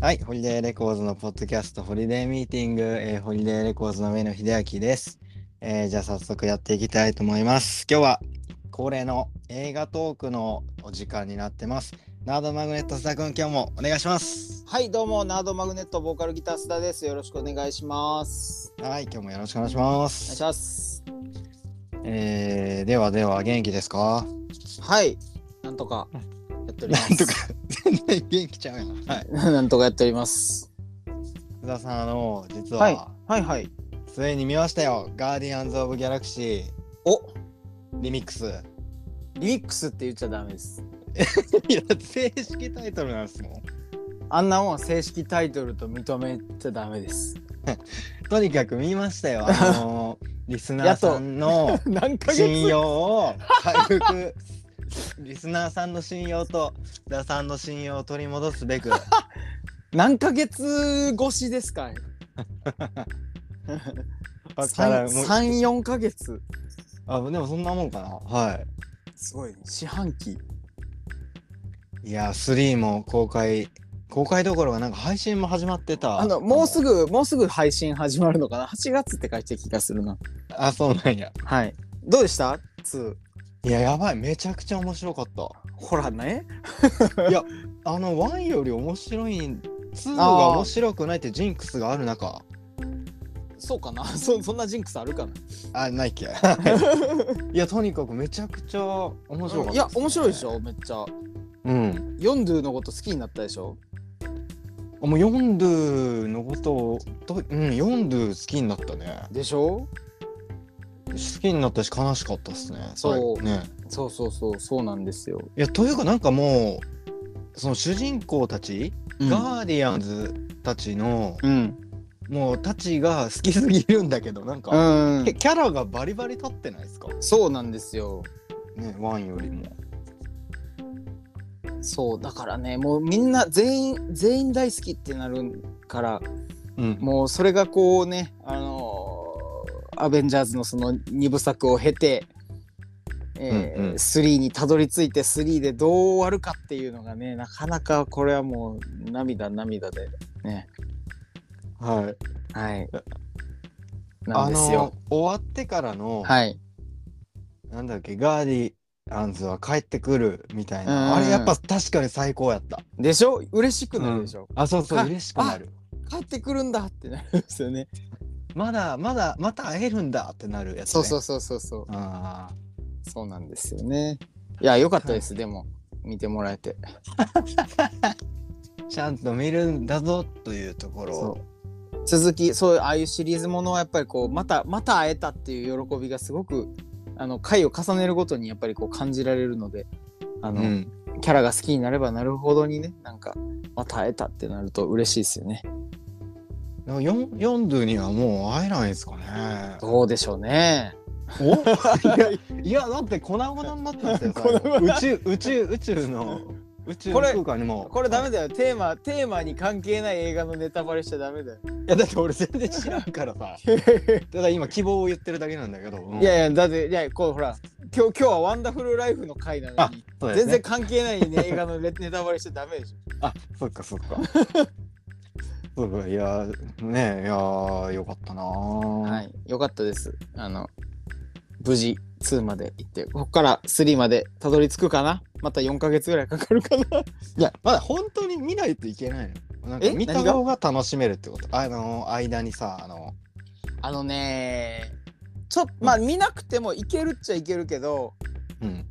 はい、ホリデーレコーズのポッドキャスト、ホリデーミーティング、えーホリデーレコーズの上野秀明です、えーじゃあ早速やっていきたいと思います。今日は恒例の映画トークのお時間になってます。ナードマグネット須田君、今日もお願いします。はい、どうも、ナードマグネットボーカルギター須田です。よろしくお願いします。はい、今日もよろしくお願いしまお願いすし。ます。えーではでは、元気ですかはい、なんとかやっておりまなす。んとか、全然元気ちゃうやん。はい。 なんとかやっております。須田さん、あの、実は、はい、はい、はい。ついに見ましたよ。ガーディアンズ・オブ・ギャラクシお、ーリミックス。リミックスって言っちゃダメです。いや、正式タイトルなんですもん。あんなもんは正式タイトルと認めちゃダメです。とにかく見ましたよ。 あのーリスナーさんの 何ヶ信月用を回 復。リスナーさんの信用と須田さんの信用を取り戻すべく何ヶ月越しですかね。だから三もう三四ヶ月。あでもそんなもんかなはすごい、ね、四半期。いいや3も公開公開どころかなんか配信も始まってたあのもうすぐぐもうすぐ配信始まるのかな。八月って書いてる気がするな。あそうなんやはい。どうでした2。いややばいめちゃくちゃ面白かったほらね。あの1より面白い2があー面白くないってジンクスがある中そうかな。 そそんなジンクスあるかな。あないっ けいやとにかくめちゃくちゃ面白かったすね、いや面白いでしょ。めっちゃ。うんヨンドゥのこと好きになったでしょ。あもうヨンドゥのことをとうんヨンドゥ好きになったねでしょ。好きになったし悲しかったっすねそう最後ねそうそうそうそうなんですよ。いやというかなんかもうその主人公たち、が、ガーディアンズたちのうん。もうたちが好きすぎるんだけどなんか、うキャキャラがバリバリ立ってないですかそうなんですよ。ねワンよりもそうだからね、もうみんな全員全員大好きってなるから、うんもうそれがこうね、あのーアベンジャーズのその二部作を経て。えうんうんー、スリ3にたどり着いて3でどう終わるかっていうのがねなかなかこれはもう涙涙でねはいはいなあんですのよ、終わってからの、はいなんだっけガーディアンズは帰ってくるみたいな、うんあれやっぱ確かに最高やったでしょ嬉しくなるでしょ、あそうそうか嬉しくなる帰ってくるんだってなるんですよねまだまだまた会えるんだってなるやつ、ね、そうそううそうそうそうあそうなんですよねいや良かったです、でも見てもらえてーちゃんと見るんだぞというところを続きそういうああいうシリーズものはやっぱりこうまたまた会えたっていう喜びがすごくあの回を重ねるごとにやっぱりこう感じられるのであの、ん、キャラが好きになればなるほどにねなんかまた会えたってなると嬉しいですよねなんかヨンヨンドゥにはもう会えないんですかねどうでしょうね おいや いやだって粉々になったんですよ最後 粉々宇宙宇宙宇宙 の宇宙これ空間にもこれダメいだよテーマテーマに関係ない映画のネタバレしちゃダメだよやだって俺全然知らんからさただ今希望を言ってるだけなんだけど、うんいやいやだっていやこうほら今日今日は「ワンダフルライフ」の回なのあに、そうです全ね然関係ない、ね、映画のネネタバレしちゃダメでしょあそっかそっかそうかいやねいやよかったなははいいよかったですあの無事2まで行ってここから3までたどり着くかなまた4か月ぐらいかかるかないやまだ本当に見ないといけないのなんかえ見た何が方が楽しめるってことあの間にさあのあのねちょっまあ見なくてもいけるっちゃいけるけどうん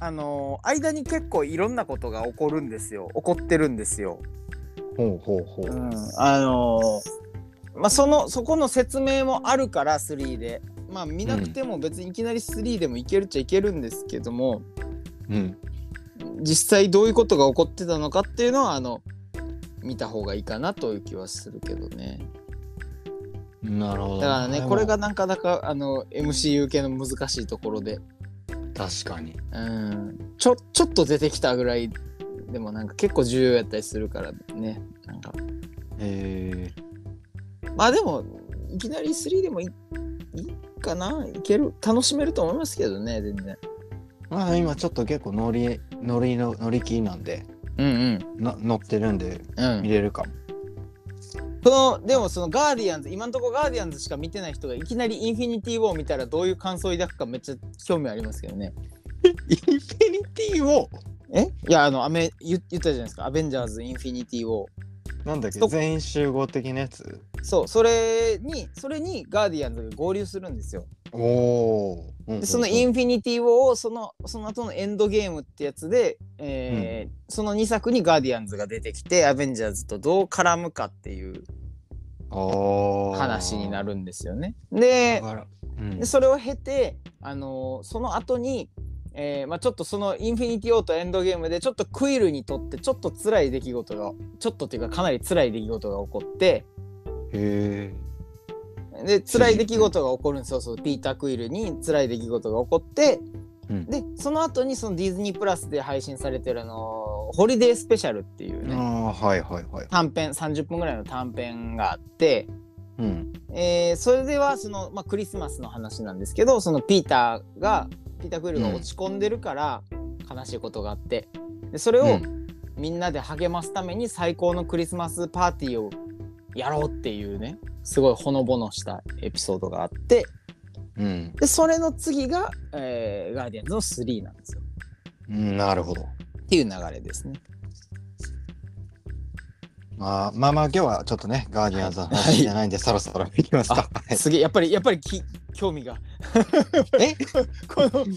あの間に結構いろんなことが起こるんですよ起こってるんですよほうほうほう、うん、あのーまあそのそこの説明もあるから3でまあ見なくても別にいきなり3でもいけるっちゃいけるんですけども、うん、実際どういうことが起こってたのかっていうのはあの見た方がいいかなという気はするけどねなるほどだからねでもこれがなかなかあの MCU 系の難しいところで確かにうんちょちょっと出てきたぐらいでもなんか結構重要やったりするからねなんかえまあでもいきなり3でもいいいかないける楽しめると思いますけどね全然ー、まあ今ちょっと結構ノリノリの乗り気なんでうんうんな載ってるんでうん見れるかも。そのでもそのガーディアンズ今のところガーディアンズしか見てない人がいきなりインフィニティ・ウォー見たらどういう感想を抱くかめっちゃ興味ありますけどねインフィニティをえいやあのアメ言言ったじゃないですか「アベンジャーズ・インフィニティ・ウォーなんだっけそ全員集合的なやつ」そうそれにそれにガーディアンズが合流するんですよおおー。うんうんうんでそのインフィニティ・ウォーをそのその後のエンドゲームってやつで、えーその2作にガーディアンズが出てきてアベンジャーズとどう絡むかっていうおー話になるんですよねでだからうんでそれを経て、あのーその後に、えーまあ、ちょっとそのインフィニティ・オーとエンドゲームでちょっとクイルにとってちょっと辛い出来事がちょっとっていうかかなり辛い出来事が起こってへで辛い出来事が起こるんですよそうピーター・クイルに辛い出来事が起こってうんでその後にそのディズニープラスで配信されてるあのーホリデースペシャルっていうえ、ね、あーはいはいはい。短編30分ぐらいの短編があって。うん。えーそれではその、まあ、クリスマスの話なんですけどそのピーターがピーター・クイルが落ち込んでるから悲しいことがあってでそれうをんみんなで励ますために最高のクリスマスパーティーをやろうっていうねすごいほのぼのしたエピソードがあってうんでそれの次が、えーガーディアンズの3なんですようん。なるほど。っていう流れですね。まあまあまあ今日はちょっとねガーディアンズの話じゃないんで、そろそろ行きますか。はいすげえやっぱりやっぱりき興味がえ このこの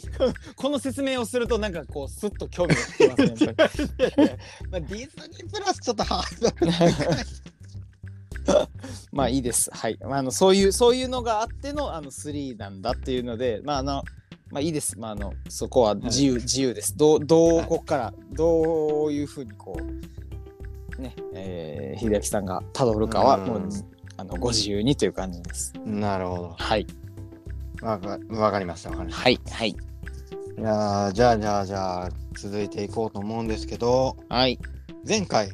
この説明をするとなんかこうスッと興味がきますねやっぱり。 まあ、ディズニープラスちょっとハードル まあいいです。はい。まあ、あのそういうそういうのがあってのあの3なんだっていうので、まああのまあいいです。まああのそこは自由、自由です。どうどうはいここからどういうふうにこうね、えー、秀明さんがたどるかはうんもうあのご自由にという感じです。なるほど。はいわかわかりました。わかりましはいはいた。いやーじゃあじゃあじゃあ続いていこうと思うんですけどはい。前回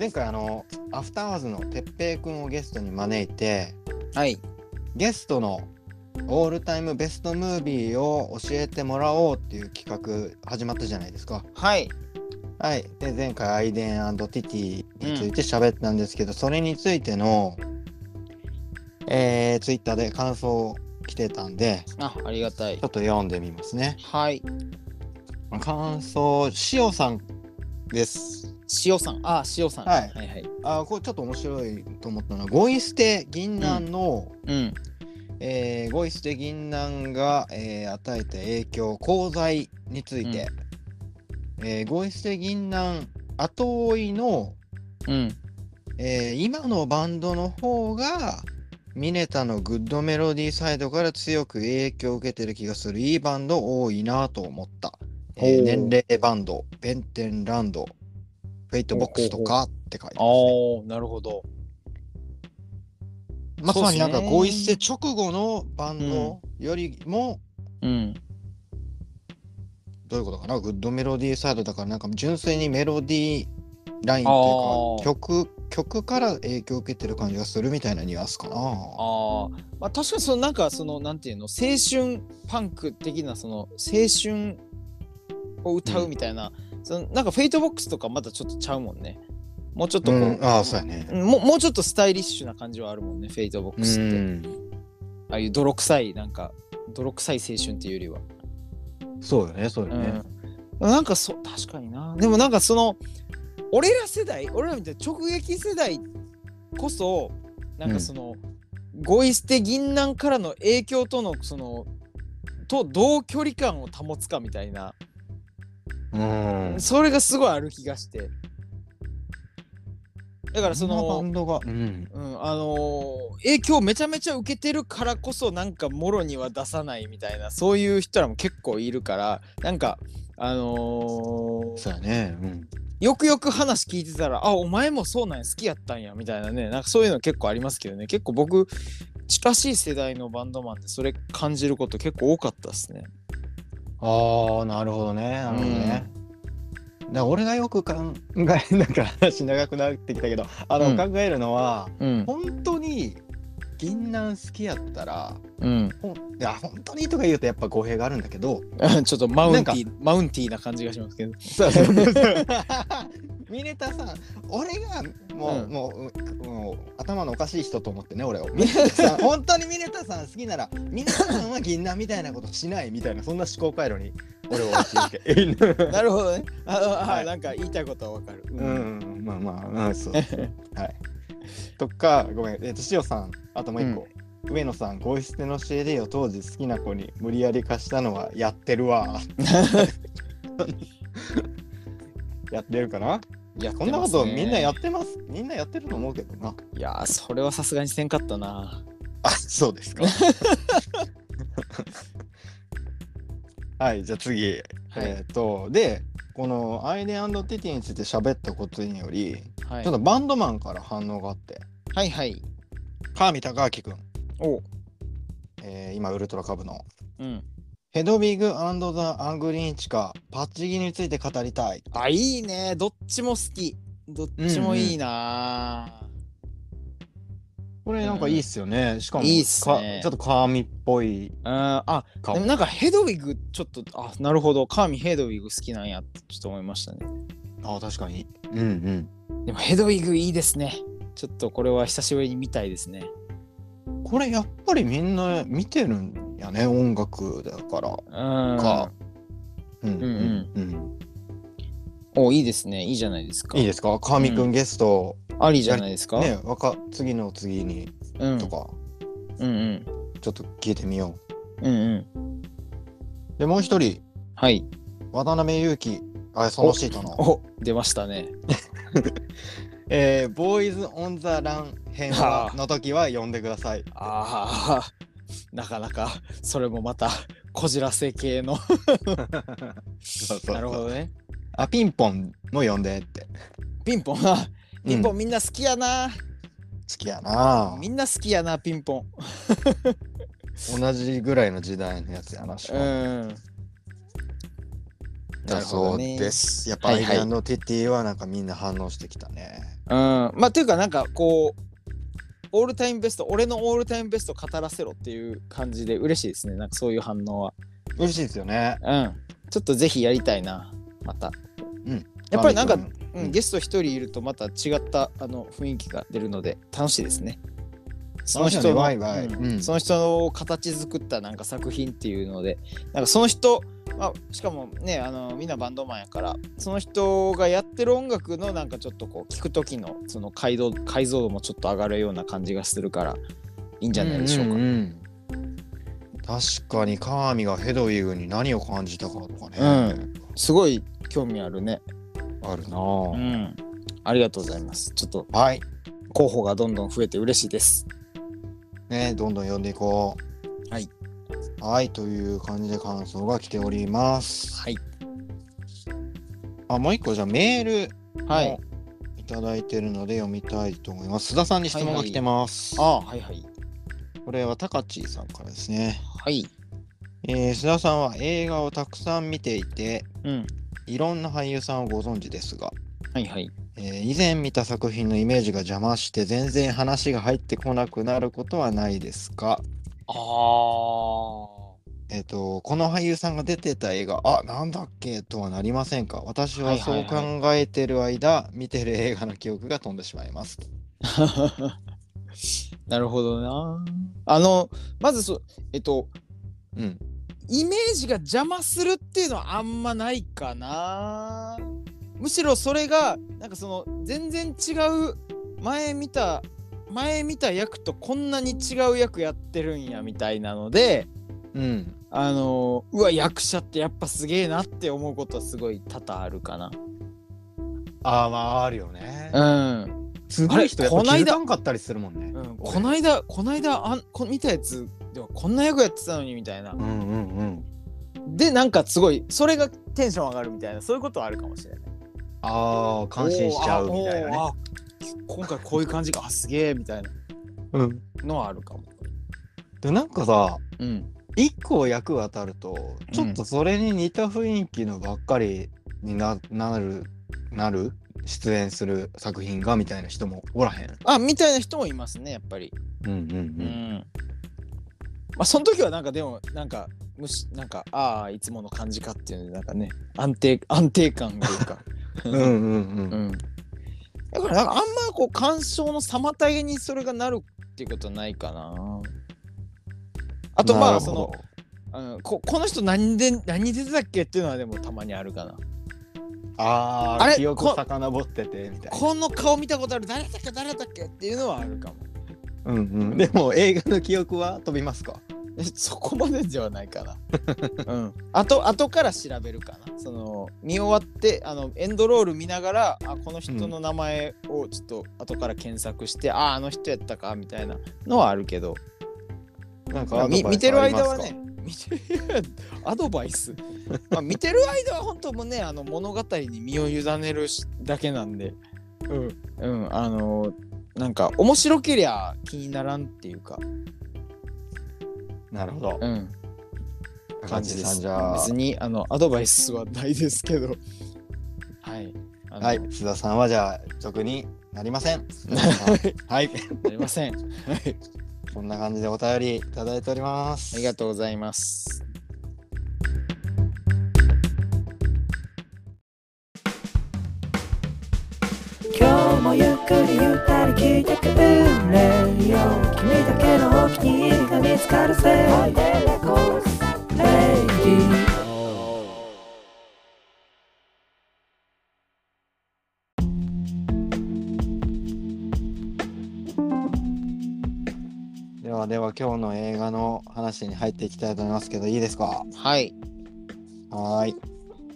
前回あのアフターアワーズの哲平くんをゲストに招いてはい。ゲストのオールタイムベストムービーを教えてもらおうっていう企画始まったじゃないですか。はい。はい、で前回アイデンティティについて喋ったんですけど、それについての、えー、ツイッターで感想来てたんであありがたいちょ。っと読んでみますね。はい。感想しおさんです。塩さん。あ塩さん。はいはいはい。あーこれちょっと面白いと思ったのはゴイステ銀杏の、うん。えーゴイステ銀杏が、えー与えた影響功罪について、えーゴイステ銀杏後追いのうん。えー今のバンドの方がミネタのグッドメロディーサイドから強く影響を受けてる気がするいいバンド多いなと思った、えーおー年齢バンドベンテンランドフェイトボックスとかって書いてあます、ね、あなるほど。まあつまりなんかそうっすね合意して直後のバンドよりも、うん。どういうことかなグッドメロディーサイドだからなんか純粋にメロディーラインっていあうーか曲曲から影響を受けてる感じがするみたいなニュアンスかなあー、まあ、確かにそのなんかそのなんていうの青春パンク的なその青春を歌うみたいな、そのなんかフェイトボックスとかまだちょっとちゃうもんねもうちょっとこう、うん、ああそうやね、もうもうちょっとスタイリッシュな感じはあるもんねフェイトボックスって、ああいう泥臭いなんか泥臭い青春っていうよりは、そうよね、そうようんね。なんかそう確かになでもなんかその俺ら世代俺らみたいな直撃世代こそなんかその、ゴイ捨て銀杏からの影響とのそのとどう距離感を保つかみたいな、うん。それがすごいある気がしてだからそバのンドが、うん。うんあのー影響をめちゃめちゃ受けてるからこそなんかもろには出さないみたいなそういう人らも結構いるからなんかあのーそうやね。うん。よくよく話聞いてたら「あお前もそうなんや好きやったんや」みたいなねなんかそういうの結構ありますけどね結構僕近しい世代のバンドマンでそれ感じること結構多かったですね。ああ、なるほどね、なるほどね。だから俺がよく考え、なんか話長くなってきたけど、あの、うん考えるのは、うん、本当に銀杏好きやったらうん、 ほんいや本当にとか言うとやっぱ語弊があるんだけどちょっとマウンテなィーマウンティーな感じがしますけどそうそうそうそう。ミネタさん、俺がもう、うんもうもう頭のおかしい人と思ってね、俺を。ミネタさん、本当にミネタさん好きなら、ミネタさんは銀杏みたいなことしないみたいな、そんな思考回路に俺を陥って。 なるほどねああ、はいなんか言いたいことはわかるううんうん、まあまあ、うん、そうそう はい。とか、ごめん、えっと、しおさん、あともう一個。上野さん、ゴイステの CD を当時好きな子に無理やり貸したのはやってる わ。やってるかなやってこますねんなことみんなやってます。みんなやってると思うけどな。いやーそれはさすがにせんかったなあ、そうですか。 はい、じゃあ次。はい、えっ、と、で、このアイデアンドティティについて喋ったことにより、はいちょっとバンドマンから反応があって、はいはい川見隆明君、おえー今ウルトラ株の。うんヘドビグザ・アングリンチカ、パッチギについて語りたい。あいいねどっちも好きどっちもいいなこれなんかいいっすよね。しかもいいっすねかちょっと川見っぽいうんあ顔でも。なんかヘドウィグちょっとあなるほどカーミヘドウィグ好きなんやってちょっと思いましたねあ、確かに。うんうん。でもヘドウィグいいですねちょっとこれは久しぶりに見たいですねこれやっぱりみんな見てるんやね音楽だからうんか、うんうんうんおいいですねいいじゃないですかいいですか川見くうんんゲスト、ありじゃないですか、ねわか次の次にうん、とか、うんうんちょっと聞いてみようんうんうでもう一人はい渡辺裕樹あそのシートの、お出ましたねえーボーイズ・オン・ザ・ラン編ははあの時は呼んでくださいああ なかなかそれもまたこじらせ系の そうそうそうなるほどねあピンポンも呼んでってピンポンなピンポうんンみんな好きやな、好きやなみんな好きやなピンポン同じぐらいの時代のやつやなしかうもんだそうです。やっぱはアいイはいデアのテティはなんかみんな反応してきたね。うんまあというかなんかこうオールタイムベスト俺のオールタイムベスト語らせろっていう感じで嬉しいですねなんかそういう反応は嬉しいですよね。うんちょっとぜひやりたいなまたうんやっぱりなんか、神君うん、ゲスト一人いるとまた違ったあの雰囲気が出るので楽しいですね。その人の楽しいよねワイワイうんうんその人を形作ったなんか作品っていうのでなんかその人、まあ、しかもねあのみんなバンドマンやからその人がやってる音楽のなんかちょっとこう聞く時のその解像解像度もちょっと上がるような感じがするからいいんじゃないでしょうか。んんうん確かに川見がヘドウィグに何を感じたかとかね、すごい興味あるね。あるなうぁ、んありがとうございます。ちょっとはい候補がどんどん増えて嬉しいです。ねどんどん呼んでいこうはいはいという感じで感想が来ておりますはい。あもう一個じゃあメールはい。いただいてるので読みたいと思います須田さんに質問が来てます、ああ、はいはい。これはタカチーさんからですねはい。えー、須田さんは映画をたくさん見ていてうん。いろんな俳優さんをご存知ですが、はいはい。えー以前見た作品のイメージが邪魔して全然話が入ってこなくなることはないですかああ。えっ、とこの俳優さんが出てた映画あなんだっけとはなりませんか私ははいはそうい考はいえてる間、見てる映画の記憶が飛んでしまいます なるほどな。あの、まずそ、えっと、うんイメージが邪魔するっていうのはあんまないかな。むしろそれが、なんかその、全然違う、前見た、前見た役とこんなに違う役やってるんやみたいなので、うんあのうわ役者ってやっぱすげえなって思うことはすごい多々あるかな。あーまああるよねうん、すごい人やっぱ気づかんかったりするもんねうん、こないだこないだあんこ見たやつではこんな役やってたのにみたいなうんうんうんでなんかすごいそれがテンション上がるみたいなそういうことはあるかもしれないああ感心しちゃうみたいなねおーあおーあ今回こういう感じがあすげえみたいなうんのはあるかもでなんかさうん一個役が当たるとちょっとそれに似た雰囲気のばっかりにななるなる出演する作品がみたいな人もおらへんあみたいな人もいますねやっぱりうんうんううんんまあその時はなんかでもなんかむしなんかああいつもの感じかっていうなんかね安定安定感というか、うんうんううんん、だからなんかあんまこう鑑賞の妨げにそれがなるっていうことはないかなあとまあその、うん、ここの人何で何出てたっけっていうのはでもたまにあるかなあああれ記憶こ遡っててみたいなこの顔見たことある誰だっけ誰だっけっていうのはあるかもうんうん でも映画の記憶は飛びますかそこまでではない かなうんあと後から調べるかなその見終わってあのエンドロール見ながらあこの人の名前をちょっと後から検索して、あああの人やったかみたいなのはあるけどなんまあかみ見てる間はねアドバイスありますか、見てる アドバイ ス、まあ、見てる間は本当もうねあの物語に身を委ねるしだけなんで、うんうん、あのなんか面白けりゃ気にならんっていうか、なるほどうん、感じでさんす。じゃあ別にあのアドバイスはないですけど、はい、あのはい、須田さんはじゃあ直になりません はい なりません。はい、こんな感じでお便りいただいておりますありがとうございます。今日もゆっくりゆったり聞いてくれよ君だけのお気に入りが見つかるぜレイディではでは今日の映画の話に入っていきたいと思いますけどいいですかはい、はーい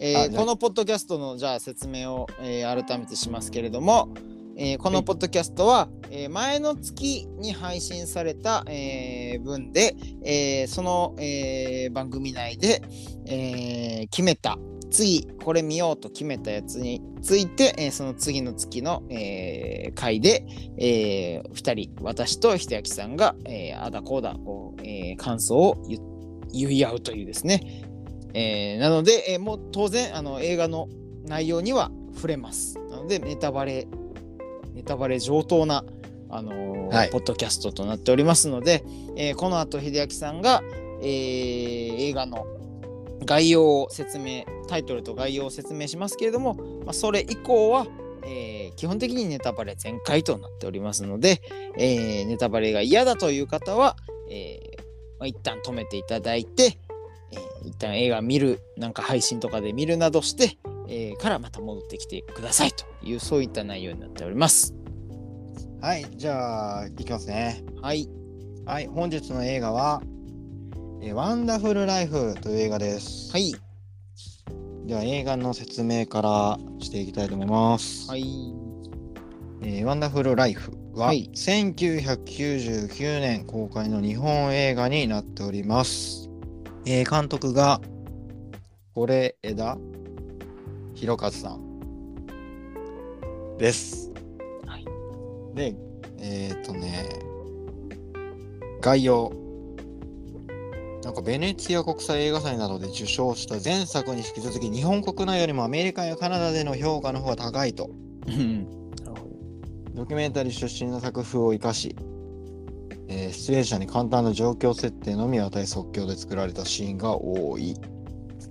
えーあじゃあこのポッドキャストのじゃあ説明を、えー改めてしますけれども、えーこのポッドキャストは、えー前の月に配信された、えー分で、えーその、えー番組内で、えー決めた次これ見ようと決めたやつについて、えーその次の月の、えー回で、え2人私とひとやきさんが、えーあだこうだこう、えー感想を言言い合うというですねえーなので、えーもう当然あの映画の内容には触れます。なのでネタバレネタバレ上等な、あのーはいポッドキャストとなっておりますので、えーこの後秀明さんが、えー映画の概要を説明タイトルと概要を説明しますけれども、まあ、それ以降は、えー基本的にネタバレ全開となっておりますので、えーネタバレが嫌だという方は、えーまあ、一旦止めていただいて、えー一旦映画見るなんか配信とかで見るなどして、えーからまた戻ってきてくださいというそういった内容になっておりますはいじゃあいきますねはいはい本日の映画は「えーワンダフル・ライフ」という映画です、はいでは映画の説明からしていきたいと思います、はいえーワンダフル・ライフははい1999年公開の日本映画になっております、えー監督が是枝裕和さんです、はいでえっ、とね概要なんかベネツィア国際映画祭などで受賞した前作に引き続き日本国内よりもアメリカやカナダでの評価の方が高いとうんドキュメンタリー出身の作風を生かし、えー出演者に簡単な状況設定のみを与え即興で作られたシーンが多い、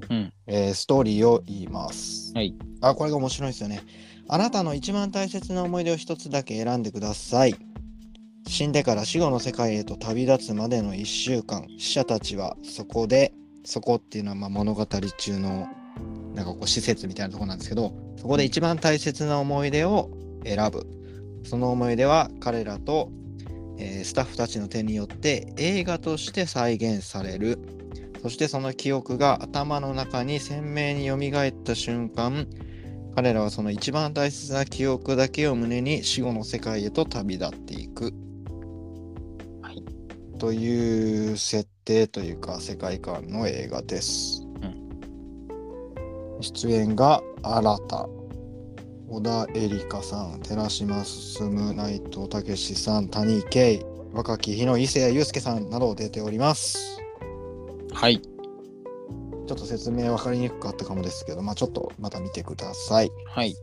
うんえーストーリーを言います、はいあこれが面白いですよねあなたの一番大切な思い出を一つだけ選んでください死んでから死後の世界へと旅立つまでの1週間死者たちはそこでそこっていうのはまあ物語中のなんかこう施設みたいなところなんですけどそこで一番大切な思い出を選ぶその思い出は彼らと、えースタッフたちの手によって映画として再現されるそしてその記憶が頭の中に鮮明に蘇った瞬間彼らはその一番大切な記憶だけを胸に死後の世界へと旅立っていく、はいという設定というか世界観の映画です、出演が新た小田恵梨香さん、寺島進、内藤武志さん、谷井圭、若き日の伊勢谷友介さんなど出ております。はいちょっと説明分かりにくかったかもですけど、まあ、ちょっとまた見てください。はい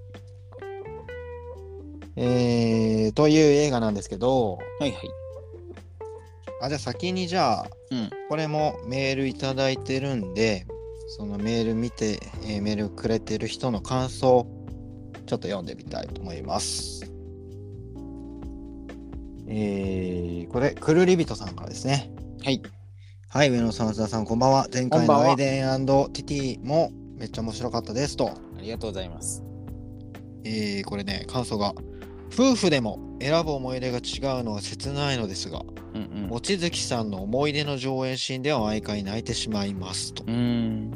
えー、という映画なんですけど、はいはいあじゃあ先にじゃあうんこれもメールいただいてるんでそのメール見て、えーメールくれてる人の感想ちょっと読んでみたいと思います。えー、これくるりびとさんからですね。はいはい上野さん松田さんこんばんは。前回こんばんのはエイデンティティもめっちゃ面白かったですと。ありがとうございますえーこれね感想が夫婦でも選ぶ思い出が違うのは切ないのですがうんうん望月さんの思い出の上演シーンでは毎回泣いてしまいますとう、ん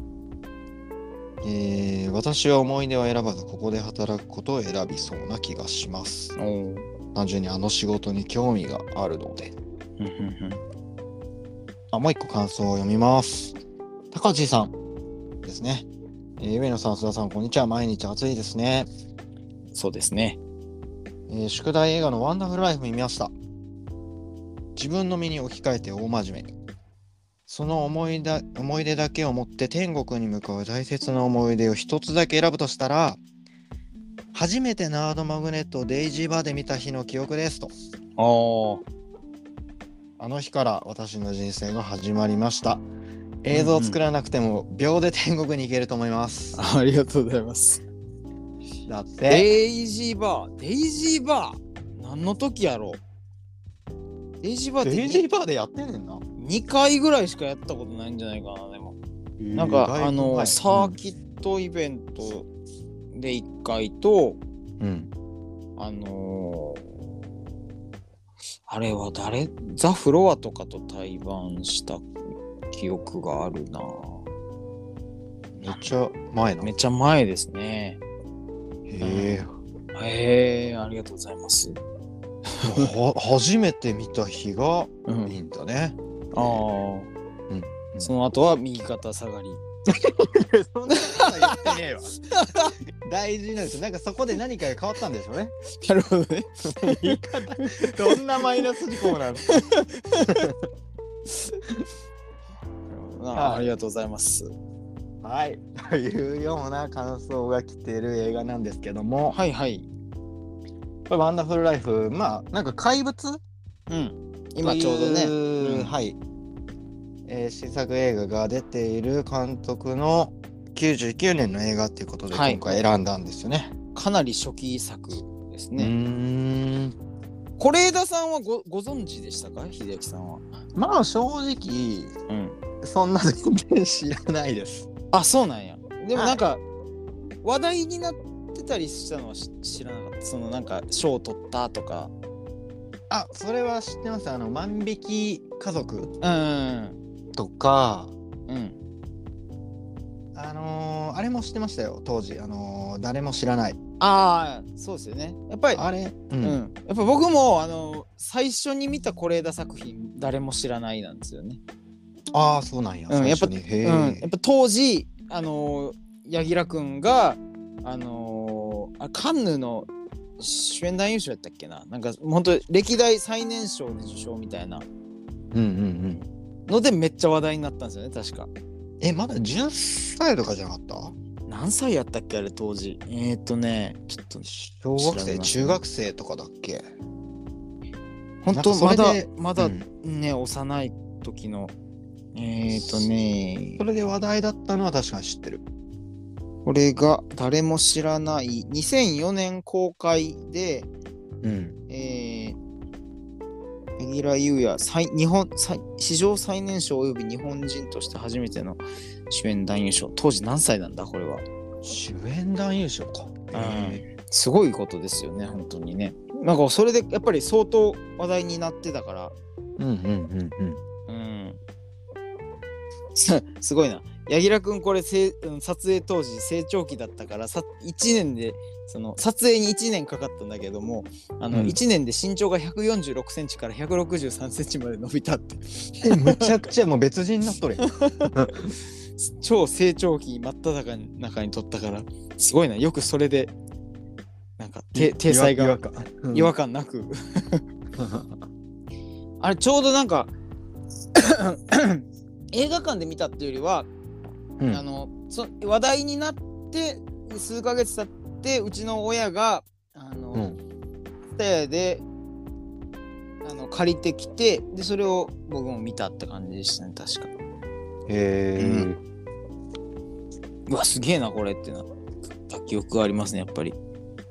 えー私は思い出は選ばずここで働くことを選びそうな気がしますおー単純にあの仕事に興味があるのでうんうんあもう一個感想を読みます高地さんですね、えー上野さん須田さんこんにちは毎日暑いですねうんそうですねえー宿題映画の「ワンダフルライフ」見ました自分の身に置き換えて大真面目にその思いだ思い出だけを持って天国に向かう大切な思い出を一つだけ選ぶとしたら初めてナードマグネットをデイジーバーで見た日の記憶ですとおー あの日から私の人生が始まりました映像を作らなくても秒で天国に行けると思います、ありがとうございますだってデイジーバーデイジーバー何の時やろうデイジーバーっデイてジにーバーでやってんねんな2回ぐらいしかやったことないんじゃないかなでもなんかあのサーキットイベントで1回と、うんあのーあれは誰ザ・フロアとかと対バンした記憶があるなめっちゃ前なめっちゃ前ですねへえへえありがとうございます、は初めて見た日がうんいいんだね。ああ、うんその後は右肩下がりそんなこと言ってねえわ。大事なんですよ。なんかそこで何かが変わったんでしょうね。なるほどねどんなマイナス事項なんですか。あはいありがとうございますはい。というような感想が来てる映画なんですけども、はいはいこれワンダフルライフ、まあなんか怪物うん今ちょうどねといううんはい、えー新作映画が出ている監督の99年の映画っていうことではい今回選んだんですよね。かなり初期作ですうーねん是枝さんはごご存知でしたか秀明さんはまあ正直うんそんな全然知らないです。あそうなんやでもはいなんか、話題になってたりしたのはし知らなかったそのなんか賞を取ったとか あそれは知ってますあの万引き家族うんとかうんあのーあれも知ってましたよ当時あのー誰も知らないああそうですよねやっぱりあれううんん、やっぱ僕もあの最初に見た是枝作品「誰も知らない」なんですよね、ああそうなんや、うんやっぱ最初にへえ、うん、やっぱ当時あの柳楽君があのあカンヌの主演男優賞やったっけななんか本当歴代最年少で受賞みたいなうんうんうんのでめっちゃ話題になったんですよね確かえまだ10歳とかじゃなかった何歳やったっけあれ当時えっ、ー、とねちょっと小学知ら生ない中学生とかだっけ本当なまんかだそれでまだうんね、幼い時のえっ、ー、とねそれで話題だったのは確かに知ってるこれが誰も知らない2004年公開でうんえー柳楽優弥最日本最史上最年少および日本人として初めての主演男優賞当時何歳なんだこれは主演男優賞かへすごいことですよね本当にねなんかそれでやっぱり相当話題になってたからーうんうんうんうんうん。すすごいな。柳楽君これせいうん撮影当時成長期だったからさ1年でその撮影に1年かかったんだけどもあのうん1年で身長が1 4 6ンチから1 6 3ンチまで伸びたってえむちゃくちゃもう別人になっとるやん超成長期真っ只中に中に撮ったからすごいなよくそれでなんかて体裁が違和感違和感なく あれちょうどなん か映画館で見たっていうよりはうんあのそ話題になって数ヶ月経ってうちの親があの、うツタヤであの借りてきてでそれを僕も見たって感じでしたね確かへえ、ううわすげえなこれってなった記憶がありますねやっぱり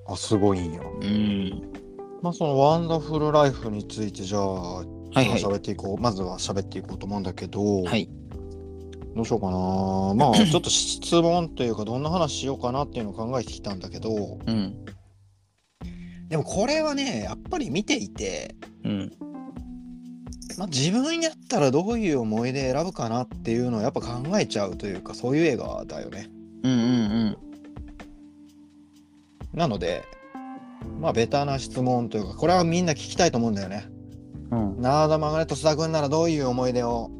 あすごいんやうんまあそのワンダフルライフについてじゃあはいはい喋っていこうまずは喋っていこうと思うんだけど、はいどうしようかなま あちょっと質問というかどんな話しようかなっていうのを考えてきたんだけどうんでもこれはねやっぱり見ていて、うんまあ、自分やったらどういう思い出選ぶかなっていうのをやっぱ考えちゃうというかそういう映画だよねうんうんなのでまあベタな質問というかこれはみんな聞きたいと思うんだよねうんうんナーダマグネット須田君ならどういう思い出を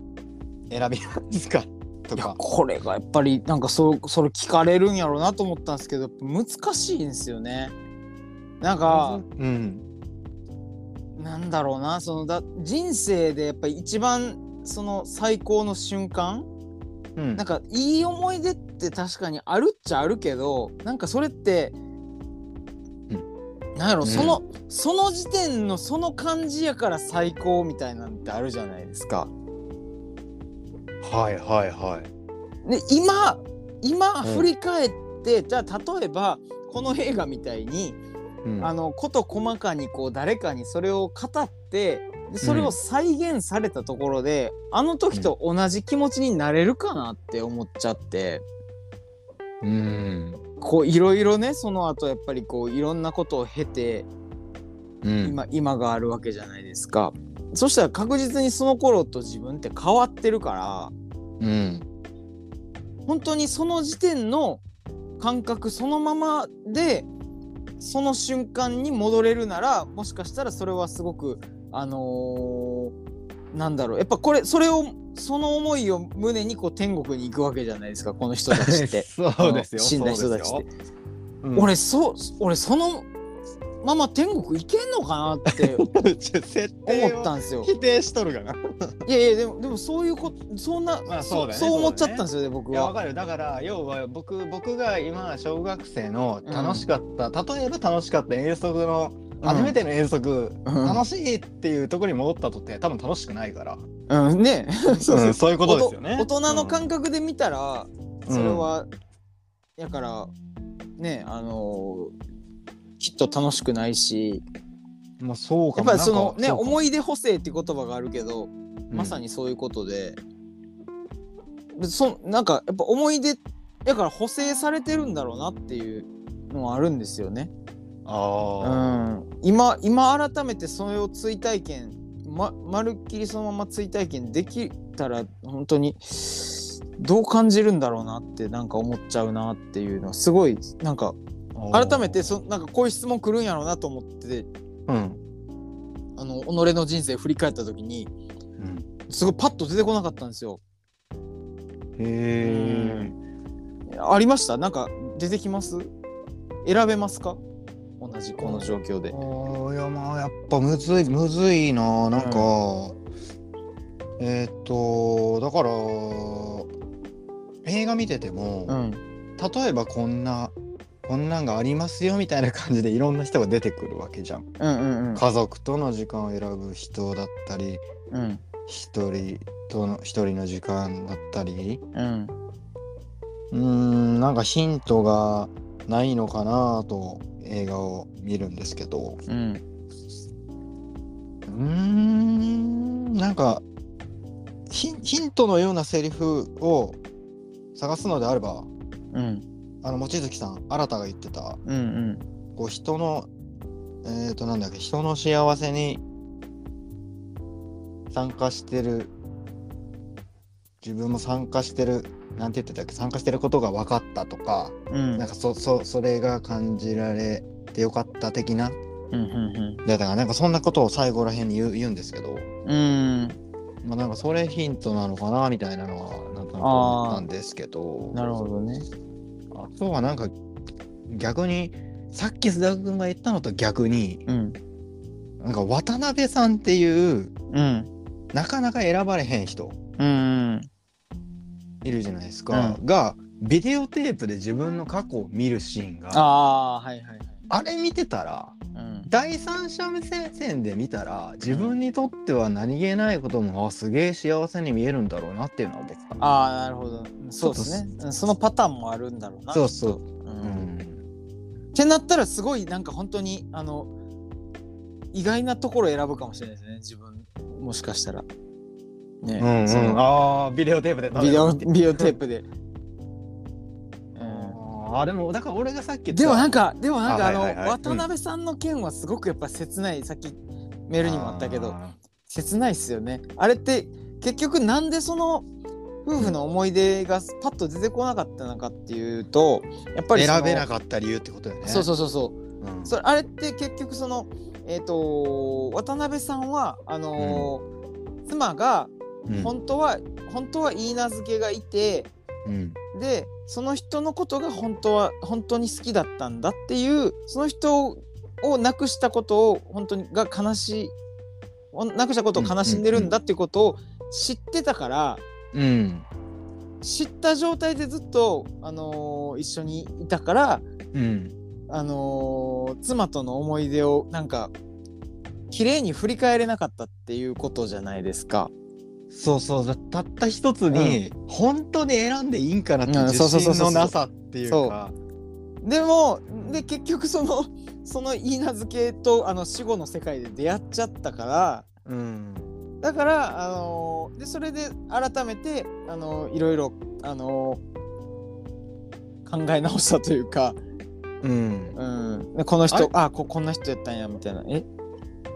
選びますかといやかこれがやっぱりなんかそうそれ聞かれるんやろうなと思ったんですけどやっぱ難しいんですよねなんかうんなんだろうなそのだ人生でやっぱり一番その最高の瞬間うんなんかいい思い出って確かにあるっちゃあるけどなんかそれって、なんやろ、うんそのその時点のその感じやから最高みたいなんてあるじゃないですか。はいはいはいで今今うん振り返って、じゃあ例えばこの映画みたいに、うんあのこと細かにこう誰かにそれを語ってでそれを再現されたところで、あの時と同じ気持ちになれるかなって思っちゃって。うんこういろいろねその後やっぱりこういろんなことを経てうん今今があるわけじゃないですか。そしたら確実にその頃と自分って変わってるからうん本当にその時点の感覚そのままでその瞬間に戻れるならもしかしたらそれはすごくあのーなんだろうやっぱこれそれをその思いを胸にこう天国に行くわけじゃないですかこの人たちって。 そうですよあの死んだ人たちそっうてで。すようん俺そう俺そのまま天国行けんのかなって ちょ設定思っをたんですよ。否定しとるがな。いやいやでもでもそういうことそんな、まあそそうだねそう思っちそゃうだねったんですよね僕いやわは。かるだから要は僕僕が今小学生の楽しかった、例えば楽しかった遠足の初めての遠足、うん楽しいっていうところに戻ったとって多分楽しくないから、うん、うんねそううそうんそういうことですよね。おと大人の覚、感覚で見たら、うんそれはやからねあのーきっと楽しくないしまあ、そうやかっもぱりそのねい、思い出補正って言葉があるけど、まさににそういうことで、そなんかやっぱ思い出だから補正されてるんだろうなっていうのはあるんですよね。うあん、今今改めてそれを追体験ままるっきりそのまま追体験できたら本当にどう感じるんだろうなってなんか思っちゃうなっていうのはすごいなんかー改めてそなんかこういう質問来るんやろうなと思ってうんあの己の人生振り返った時にうんすごいパッと出てこなかったんですよ。へえありましたなんか出てきます選べますか同じこの状況で。ああいやまあやっぱむずいむずいななんか、えーっとだから映画見てても、うん。例えばこんなこんなんがありますよみたいな感じでいろんな人が出てくるわけじゃん。うんうん家族との時間を選ぶ人だったりうん。うん。一人との一人の時間だったりうん。うーんなんかヒントがないのかなと映画を見るんですけど。うん。うーんなんかヒンヒントのようなセリフを探すのであればうん。あの望月さん新が言ってたうん。うん。こう人のえっ、となんだっけ人の幸せに参加してる自分も参加してるなんて言ってたっけ参加してることが分かったとか、うんなんかそそそれが感じられてよかった的なうんうんだからなんかそんなことを最後らへんに言う言うんですけど。うん、まあなんかそれヒントなのかなみたいなのはなんとなく思ったんですけどなるほどね。あとはなんか逆にさっき須田君が言ったのと逆にうん、なんか渡辺さんっていううん、なかなか選ばれへん人うん、いるじゃないですか、がビデオテープで自分の過去を見るシーンがあああー、はいはいはい。れ見てたらうん、第三者目線で見たら自分にとっては何気ないこともあすげえ幸せに見えるんだろうなっていうのは思ったああなるほどそうですねうんそのパターンもあるんだろうなそうそうう、、うんっんてなったらすごいなんか本当にあの意外なところ選ぶかもしれないですね自分もしかしたらねうんうんそのああビデオテープでビデオビデオテー プで、うんああでもだから俺がさっき言ったでもなんかでもなんかああの、はいはいはい渡辺さんの件はすごくやっぱ切ない、さっきメールにもあったけどあ切ないっすよねあれって結局なんでその夫婦の思い出がパッと出てこなかったのかっていうとやっぱーりその選べなかった理由ってことだよねそうそうそうそうう、んそれあれって結局そのえっ、と渡辺さんはあのー妻がうん本当は、本当はいい名付けがいてうんでその人のことが本当は本当に好きだったんだっていうその人を亡くしたことを本当にが悲しいお亡くしたことを悲しんでるんだっていうことを知ってたから、うん知った状態でずっと、あのー一緒にいたから、うんあのー妻との思い出をなんか綺麗に振り返れなかったっていうことじゃないですか。そうそうだたった一つに、本当に選んでいいんかなっていううんそうそう自そう信そうのなさっていうかでもで結局そのその言い名付けとあの死後の世界で出会っちゃったからうんだから、あのーでそれで改めて、あのーいろいろ、あのー考え直したというか、うんうん、でこのあれ人あここんな人やったんやみたいなえ、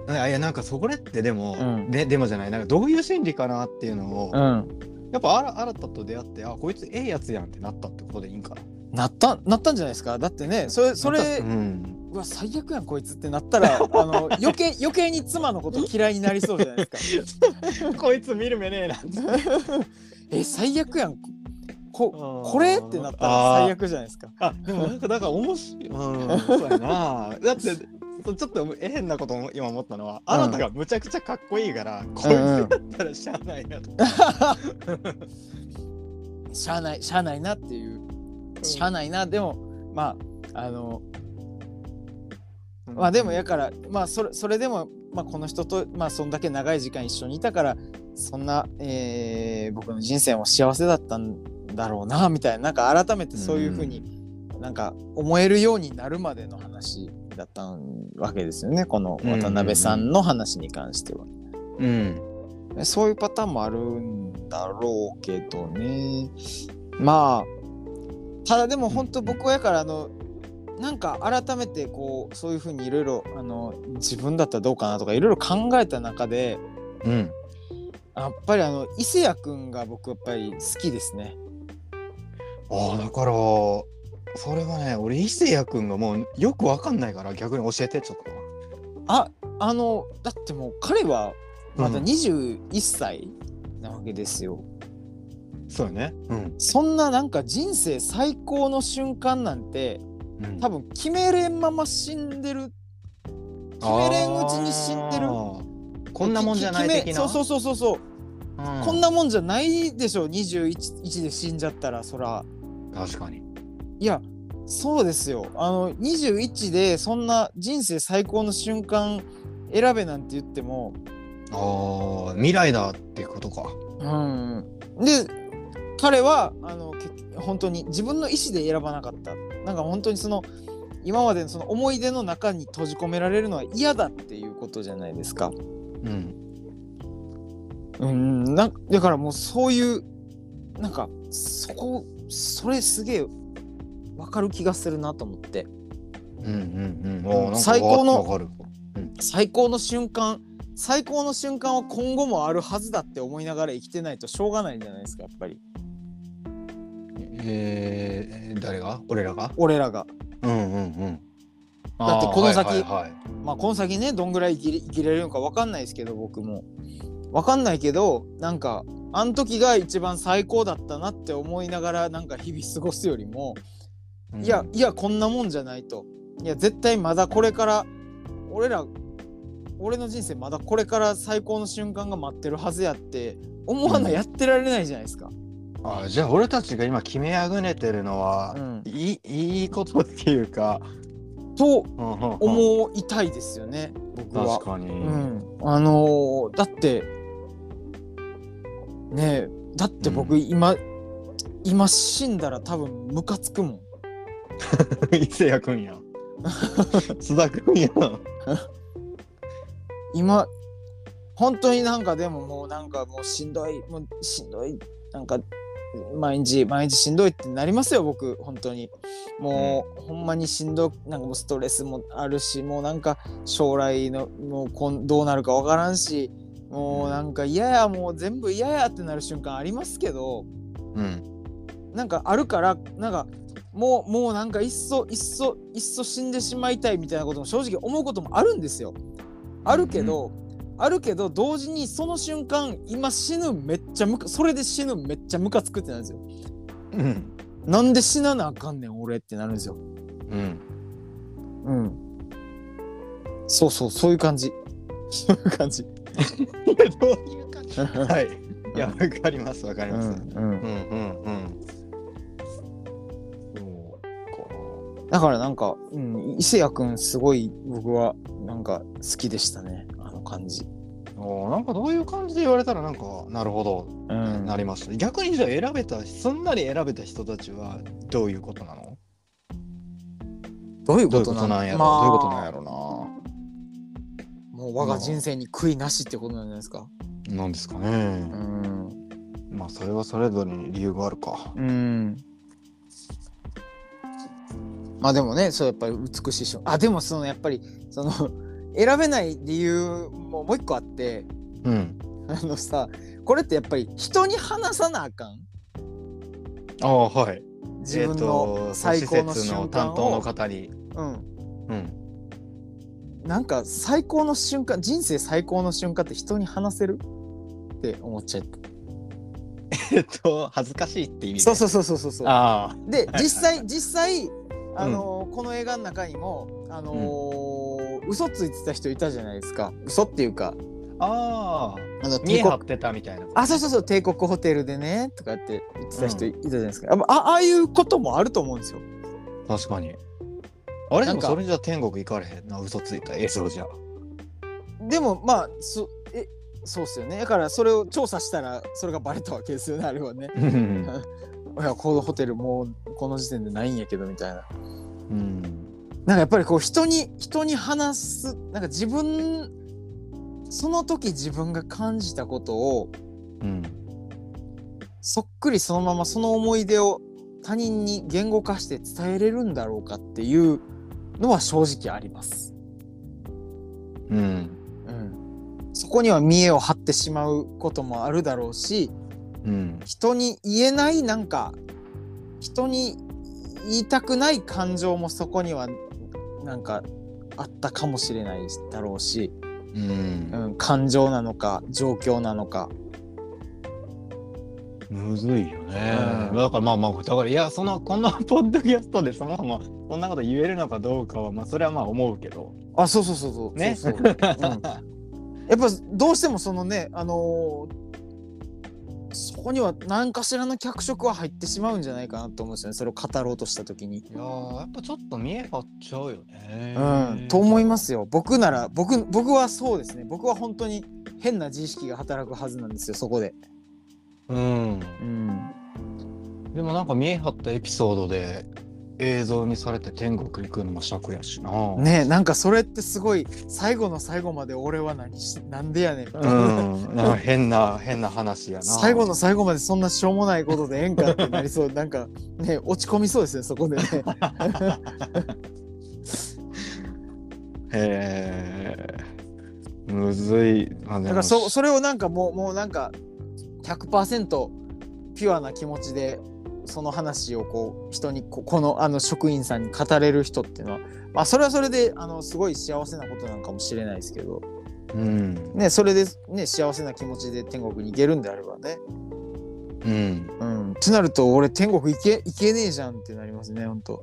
いやいやなんかそこれってでも、うんででもじゃないなんかどういう心理かなっていうのを、うん、やっぱあら新たと出会ってあこいつええやつやんってなったってことでいいんかななったなったんじゃないですかだってねそれそれ、うん、うわ最悪やんこいつってなっ たらあの余計余計に妻のこと嫌いになりそうじゃないですか こいつ見る目ねえなってえ最悪やんこここれってなったら最悪じゃないですかあでもなんかだから面白い、うん、そうやなだってそうちょっと変なことも今思ったのは、あなたがむちゃくちゃかっこいいからこいつだったらしゃあないなと、しゃあないしゃあないなっていうしゃあないなでもまああのまあでもやからまあそれそれでも、まあ、この人とまあそんだけ長い時間一緒にいたからそんな、えー僕の人生も幸せだったんだろうなみたいななんか改めてそういうふうになんか思えるようになるまでの話だったわけですよねこの渡辺さんの話に関しては。うんそういうパターンもあるんだろうけどね。まあ、ただでも本当僕はやから、あの、なんか改めてこう、そういうふうにいろいろ、あの、自分だったらどうかなとかいろいろ考えた中で、うんやっぱりあの、伊勢谷くんが僕やっぱり好きですね。ああだからそれはね俺伊勢谷君がもうよくわかんないから逆に教えてちょっとあ、あの、だってもう彼はまだうん21歳なわけですよ。そうよねうん、そんななんか人生最高の瞬間なんて、うん多分決めれんまま死んでる決めれんうちに死んでるるこんなもんじゃないきき的なそううそうそうそうそそう、う、こんなもんじゃないでしょ21で死んじゃったらそら確かにいやそうですよあの21でそんな人生最高の瞬間選べなんて言ってもああ未来だってことかうんで彼はあの結本当に自分の意思で選ばなかったなんか本当にその今までのその思い出の中に閉じ込められるのは嫌だっていうことじゃないですか。うんうん、なんだからもうそういうなんかそこそれすげえわかる気がするなと思ってうんうんうんあーなんか最高のわかる最高の瞬間最高の瞬間は今後もあるはずだって思いながら生きてないとしょうがないんじゃないですかやっぱりえー、誰が俺らが俺らが、うんうんうんだってこの先あーはいはいはいまあ、この先ねどんぐらい生きれ生きれるのかわかんないですけど僕もわかんないけどなんかあの時が一番最高だったなって思いながらなんか日々過ごすよりもうんいやいやこんなもんじゃないといや絶対まだこれから俺ら俺の人生まだこれから最高の瞬間が待ってるはずやって思わなうんやってられないじゃないですか、あーじゃあ俺たちが今決めあぐねてるのはう、んいいいいことっていうかと思思いたいですよね僕は確。かに、うん、あのーだってねえだって僕今、今死んだら多分ムカつくもん。 伊勢谷君や ん須田君やん今本当になんかでももうなんかもうしんどいもうしんどいなんか毎日毎日しんどいってなりますよ僕本当にもう、ほんまにしんどなんかもうストレスもあるしもうなんか将来のもうこんどうなるかわからんしもうなんか嫌やもう全部嫌やってなる瞬間ありますけどうんなんかあるからなんかもうもうなんかいっそいっそいっそ死んでしまいたいみたいなことも正直思うこともあるんですよ。あるけど、あるけど同時にその瞬間今死ぬめっちゃむかそれで死ぬめっちゃムカつくってなるんですよ。うんなんで死ななあかんねん俺ってなるんですよ。うんうん。そうそうそういう感じ。 そういう感 じ。どういう感じはいいやわかりますわかります、うんうんうんうん。そうだからなんか、うん、伊勢谷くんすごい僕はなんか好きでしたねあの感じ。か。おーなんかどういう感じで言われたらなんかなるほど、うんなります逆にじゃあ選べたすんなり選べた人たちはどういうことなのどういうどういこうこととなんやろ、まあどういうことなんやろなもう我が人生に悔いなしってことなんじゃないですか。なんですかね、ん。まあそれはそれぞれに理由があるかうん。まあでもね、そうやっぱり美しいし。あ、でもそのやっぱり、その 選べない理由ももう一個あって、うんあのさ、これってやっぱり人に話さなあかん。ああはい自分の最高の瞬間担当のを。方にうん。うんなんか最高の瞬間、人生最高の瞬間って人に話せるって思っちゃった。 えっと恥ずかしいって意味でそうそうそうそうそうそう。あで実際実際あのーこの映画の中にもあのー嘘ついてた人いたじゃないですか嘘っていうかああああの見え帝張国ってたみたいなあそうそうそう帝国ホテルでねとかって言ってた人いたじゃないですか、ああああいうこともあると思うんですよ確かに。あれなでんもかそれじゃ天国行かれへんな、嘘ついた映像じゃ。でもまあそえそうっすよねだからそれを調査したらそれがバレたわけですよねあれはねうんいやこのホテルもうこの時点でないんやけどみたいなうん。なんかやっぱりこう人に人に話すなんか自分その時自分が感じたことをうん。そっくりそのままその思い出を他人に言語化して伝えれるんだろうかっていうのは正直あります。うん。うん、そこには見栄を張ってしまうこともあるだろうしうん。人に言えないなんか人に言いたくない感情もそこにはなんかあったかもしれないだろうし。うん。うん、感情なのか状況なのかむずいよね。うんだからまあまあ、だからいや、その、このポッドキャストでそもそもそんなこと言えるのかどうかは、まあそれはまあ思うけど。あそうそうそうそうねそうそううんやっぱ どうしてもそのねあのーそこには何かしらの脚色は入ってしまうんじゃないかなと思うんですよねそれを語ろうとした時に。いやーやっぱちょっと見え張っちゃうよねうん、と思いますよ僕なら僕僕はそうですね僕は本当に変な自意識が働くはずなんですよそこで。うん。うん、でもなんか見え張ったエピソードで映像にされて天国行くのも尺やしな。ねなんかそれってすごい最後の最後まで俺は何しなんでやねんみたいな。うん、なんか変な変な話やな。最後の最後までそんなしょうもないことでええんかってなりそうなんかね落ち込みそうですねそこでねへえ。むずい。あだからそそれをなんかもうもうなんか100%ピュアな気持ちでその話をこう人にここのあの職員さんに語れる人っていうのは、まあ、それはそれであのすごい幸せなことなのかもしれないですけど、うん。ね、それで、ね、幸せな気持ちで天国に行けるんであればね。うん。うん、ってなると俺天国行け行けねえじゃんってなりますね本当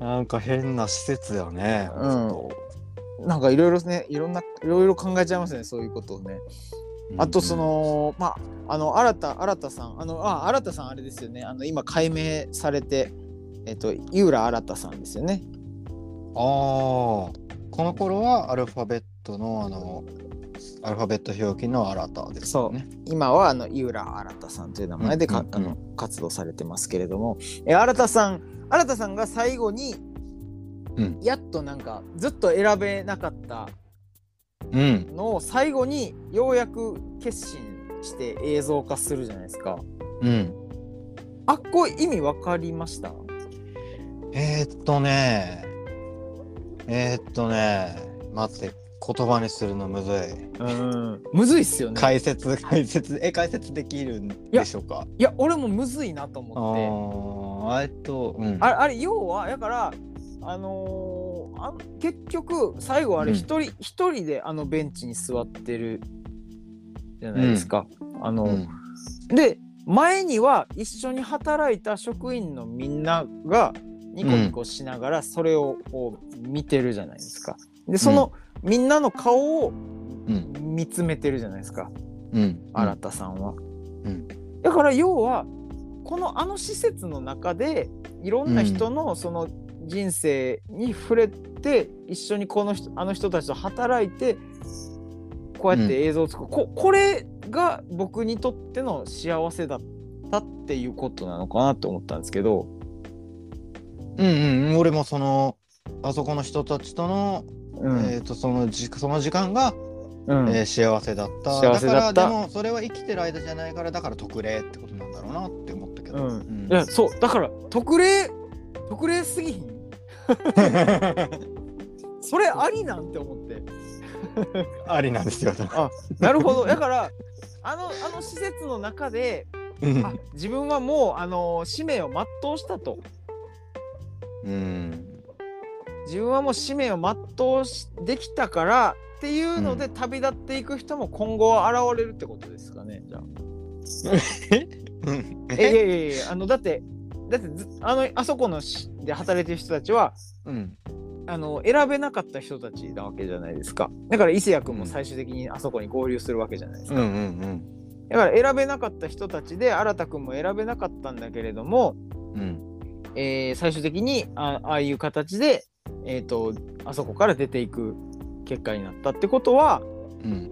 なんか変な施設やね。うんなんかいろいろねいろんないろいろ考えちゃいますねそういうことをね。あとそ。の、まああの新田新田さんあのあ新田さんあれですよねあの今解明されて、えっと、井浦新さんですよね。ああこの頃はアルファベットのあのアルファベット表記の新たですそうね。今はあの井浦新さんという名前でか、うんうんうんあの活動されてますけれども、え新田さん新田さんが最後に、うんやっとなんかずっと選べなかったうんのを最後にようやく決心して映像化するじゃないですか。うん。あっこ意味わかりましたえー、っとねえー、っとね待って言葉にするのむずい。うんむずいっすよね。解説解説え解説できるんでしょうか。いや俺もむずいなとあ思って。ーえっと、うん、あれあれ要はだからあのーあ結局最後あれうん一人一、人であのベンチに座ってるじゃないですか。あのうんで前には一緒に働いた職員のみんながニコニコしながらそれをこう見てるじゃないですか。でそのみんなの顔をうん見つめてるじゃないですかうん新田さんは。うんだから要はこのあの施設の中でいろんな人のその人生に触れて一緒にこの人あの人たちと働いてこうやって映像を作る、ここれが僕にとっての幸せだったっていうことなのかなって思ったんですけどうんうん俺もそのあそこの人たちとの、うんえー、とそのじその時間が、うんえー幸せだった幸せだったからでもそれは生きてる間じゃないからだから特例ってことなんだろうなって思ったけど、うんうんいやそうだから特例特例すぎひ んそれありなんて思って。ありなんですよなるほ ど。だから、あの、あの施設の中で、うんあ自分はもう、あの、使命を全うしたと。うん自分はもう使命を全うしできたからっていうので、旅立っていく人も今後は現れるってことですかね。じゃあ。うんえいやいやいや、あの、だって、だってず、あの、あそこのしで働いてる人たちは、うんあの選べなかった人たちなわけじゃないですかだから伊勢谷君も最終的にあそこに合流するわけじゃないですうか、んうんだから選べなかった人たちで新君も選べなかったんだけれども、うんえー最終的にあああいう形で、えー、とあそこから出ていく結果になったってことはうん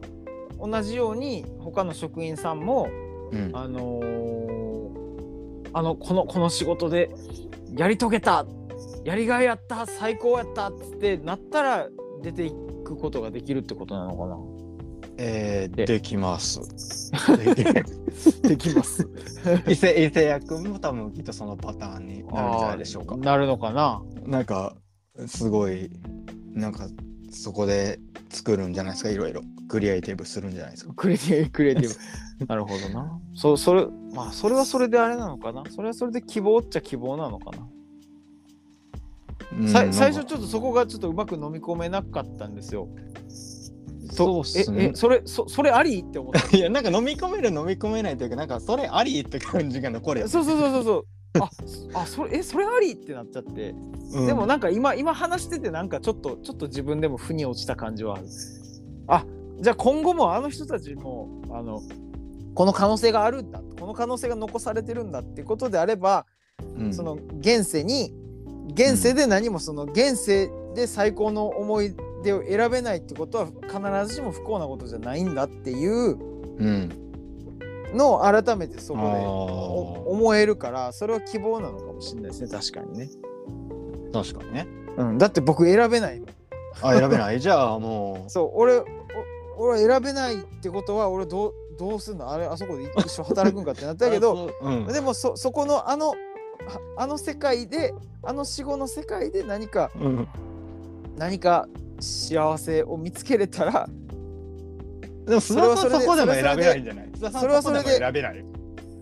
同じように他の職員さんも、うんあのーあのこのこの仕事でやり遂げたやりがいあった最高やったっつってなったら出ていくことができるってことなのかなえーででき ます。 でき ます。伊勢伊勢役も多分きっとそのパターンになるんじゃないでしょうか。なるのかななんかすごいなんかそこで作るんじゃないですかいろいろクリエイティブするんじゃないですか。クリエイティブ、クリエイティ ブ。なるほどな。そ、それ、まあ、それはそれであれなのかな。それはそれで希望っちゃ希望なのかな。うんさなんいか最初ちょっとそこがちょっとうまく飲み込めなかったんですよ。そうっすえ、ねえ、。それ、そ、それありって思 った。いやなんか飲み込める飲み込めないというかなんかそれありって感じが残るよね。そうそうそうそうそう。あ、そあ、それ、え、それありってなっちゃって。うんでもなんか今、今話してて、なんかちょっと、ちょっと自分でも腑に落ちた感じはある。あ、じゃあ今後もあの人たちも、あの。この可能性があるんだ、この可能性が残されてるんだってことであれば。うんその現世に現世で何もその現世で最高の思い出を選べないってことは必ずしも不幸なことじゃないんだっていううんのを改めてそこであーお思えるからそれは希望なのかもしれないですね確かにね、確かにね。うん、だって僕選べないもんあ選べないじゃあもそう俺お俺は選べないってことは俺どうどうすんのあれあそこで一生働くんかってなっう。たけどうんでもそそこのあのああの世界であの死後の世界で何かうん何か幸せを見つけれたらでもそ須れは田さそれんでそこでも選べないんじゃない。それはそ須田さんこでれでも選べない。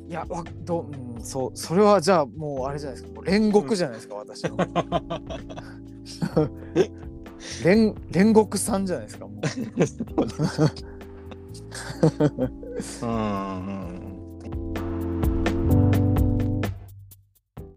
いやわどう、うん、そうそれはじゃあもうあれじゃないですかもう煉獄じゃないですか、私の 煉煉獄さんじゃ ないですかもううんうん